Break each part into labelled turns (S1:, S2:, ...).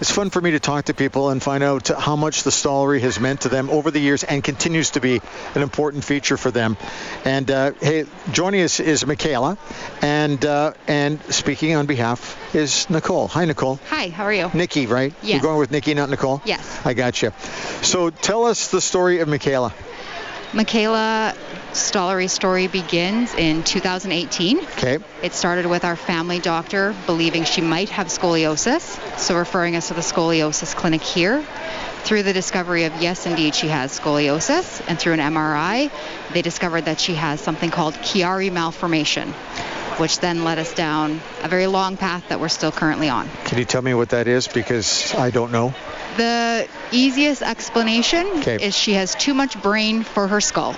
S1: It's fun for me to talk to people and find out how much the Stollery has meant to them over the years and continues to be an important feature for them. And uh, hey, joining us is Michaela, and uh, and speaking on behalf is Nicole. Hi, Nicole.
S2: Hi, how are you?
S1: Nikki, right?
S2: Yes.
S1: You're going with Nikki, not Nicole.
S2: Yes.
S1: I got you. So tell us the story of Michaela.
S2: Michaela Stollery's story begins in 2018.
S1: Okay.
S2: It started with our family doctor believing she might have scoliosis, so referring us to the scoliosis clinic here. Through the discovery of yes, indeed, she has scoliosis, and through an MRI, they discovered that she has something called Chiari malformation, which then led us down a very long path that we're still currently on.
S1: Can you tell me what that is? Because I don't know.
S2: The easiest explanation
S1: Okay.
S2: is she has too much brain for her skull.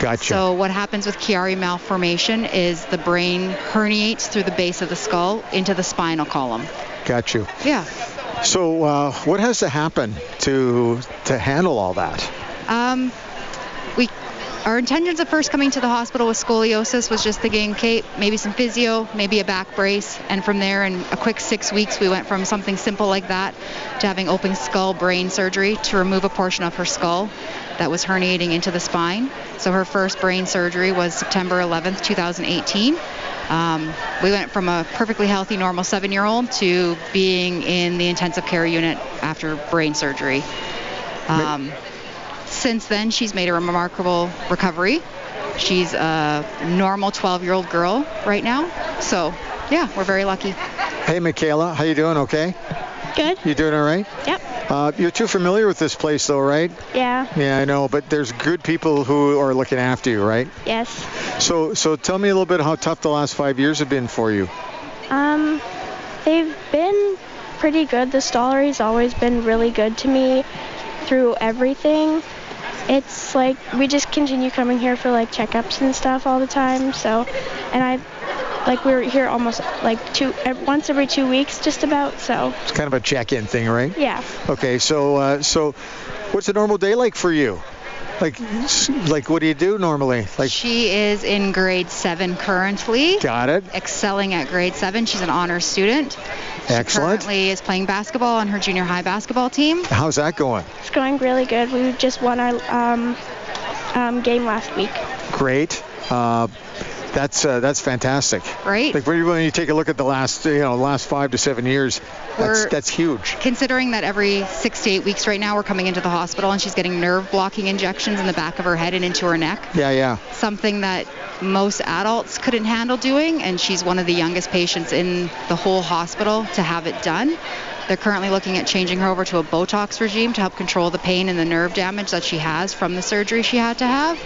S1: Gotcha.
S2: So what happens with Chiari malformation is the brain herniates through the base of the skull into the spinal column.
S1: Got you.
S2: Yeah.
S1: So, uh, what has to happen to to handle all that?
S2: Um, we, our intentions of first coming to the hospital with scoliosis was just thinking, okay, maybe some physio, maybe a back brace, and from there, in a quick six weeks, we went from something simple like that to having open skull brain surgery to remove a portion of her skull that was herniating into the spine. So her first brain surgery was September 11th, 2018. Um, we went from a perfectly healthy, normal seven-year-old to being in the intensive care unit after brain surgery. Um, since then, she's made a remarkable recovery. She's a normal 12-year-old girl right now. So, yeah, we're very lucky.
S1: Hey, Michaela, how you doing? Okay.
S3: Good.
S1: You doing all right?
S3: Yep.
S1: Uh, you're too familiar with this place, though, right?
S3: Yeah.
S1: Yeah, I know. But there's good people who are looking after you, right?
S3: Yes.
S1: So, so tell me a little bit how tough the last five years have been for you.
S3: Um, they've been pretty good. The Stollery's always been really good to me through everything. It's like we just continue coming here for like checkups and stuff all the time. So, and I, like we're here almost like two ev- once every two weeks, just about. So,
S1: It's kind of a check-in thing, right?
S3: yeah.
S1: Okay. So, uh, so what's a normal day like for you? Like, s- like what do you do normally? Like,
S2: she is in grade 7 currently,
S1: got it.
S2: excelling at grade 7. She's an honors student. She
S1: Excellent.
S2: currently is playing basketball on her junior high basketball team.
S1: How's that going?
S3: It's going really good. We just won our um, um, game last week.
S1: Great. Uh, that's uh, that's fantastic.
S2: Great.
S1: Like when you- when you take a look at the last, you know, last five to seven years, that's
S2: We're-
S1: that's huge.
S2: Considering that every six to eight weeks right now we're coming into the hospital and she's getting nerve blocking injections in the back of her head and into her neck,
S1: Yeah, yeah.
S2: something that most adults couldn't handle doing, and she's one of the youngest patients in the whole hospital to have it done. They're currently looking at changing her over to a Botox regime to help control the pain and the nerve damage that she has from the surgery she had to have.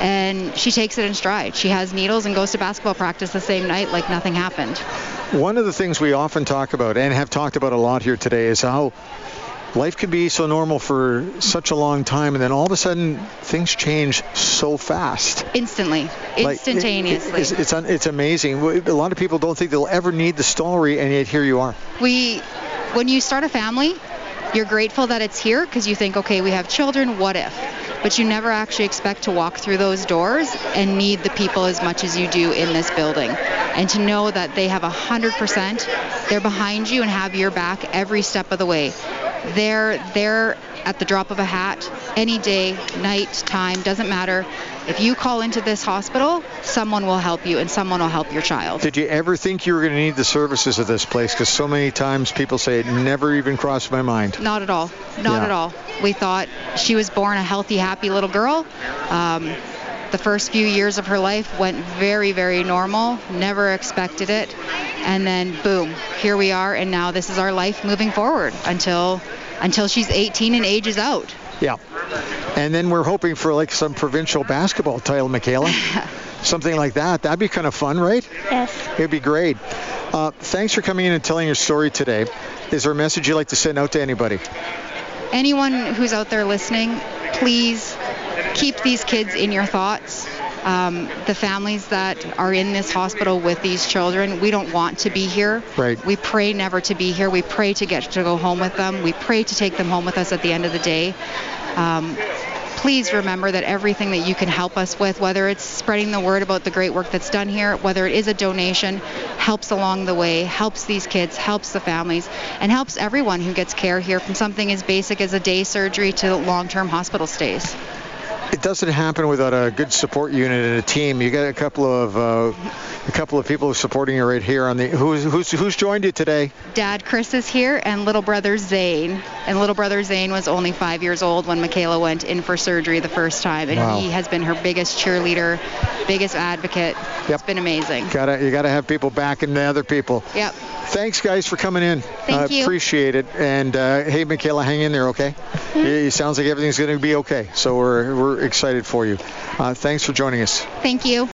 S2: And she takes it in stride. She has needles and goes to basketball practice the same night like nothing happened.
S1: One of the things we often talk about and have talked about a lot here today is how life can be so normal for such a long time, and then all of a sudden things change so fast.
S2: Instantly,
S1: Like, it-
S2: instantaneously.
S1: it's, it's, un- it's amazing. W- A lot of people don't think they'll ever need the story, and yet here you are.
S2: we when you start a family you're grateful that it's here because you think okay we have children what if but you never actually expect to walk through those doors and need the people as much as you do in this building and to know that they have 100% they're behind you and have your back every step of the way they're there at the drop of a hat any day night time doesn't matter if you call into this hospital someone will help you and someone will help your child
S1: Did you ever think you were going to need the services of this place? Because so many times people say it never even crossed my mind.
S2: Not at all. Not
S1: Yeah.
S2: at all. We thought she was born a healthy, happy little girl. Um, the first few years of her life went very, very normal. Never expected it. And then boom, here we are, and now this is our life moving forward until until she's 18 and ages out.
S1: Yeah. And then we're hoping for like some provincial basketball title, Michaela. Something like that. That'd be kind of fun, right?
S3: Yes.
S1: It'd be great. Uh, thanks for coming in and telling your story today. Is there a message you'd like to send out to anybody?
S2: anyone who's out there listening, please keep these kids in your thoughts. Um, the families that are in this hospital with these children, we don't want to be here.
S1: Right.
S2: We pray never to be here. We pray to get to go home with them. We pray to take them home with us at the end of the day. Um, please remember that everything that you can help us with, whether it's spreading the word about the great work that's done here, whether it is a donation, helps along the way, helps these kids, helps the families, and helps everyone who gets care here from something as basic as a day surgery to long-term hospital stays
S1: it doesn't happen without a good support unit and a team. You got a couple of uh, a couple of people supporting you right here on the. Who's who's who's joined you today?
S2: Dad Chris is here, and little brother Zane. And little brother Zane was only five years old when Michaela went in for surgery the first time, and
S1: Wow.
S2: he has been her biggest cheerleader, biggest advocate. It's
S1: Yep.
S2: been amazing.
S1: Gotta you gotta have people backing the other people.
S2: Yep.
S1: Thanks guys for coming in.
S2: Thank
S1: uh,
S2: you.
S1: Appreciate it. And uh, hey, Michaela, hang in there, okay?
S2: Mm-hmm.
S1: It, it sounds like everything's gonna be okay. So we're we're excited for you. Uh, thanks for joining us.
S2: Thank you.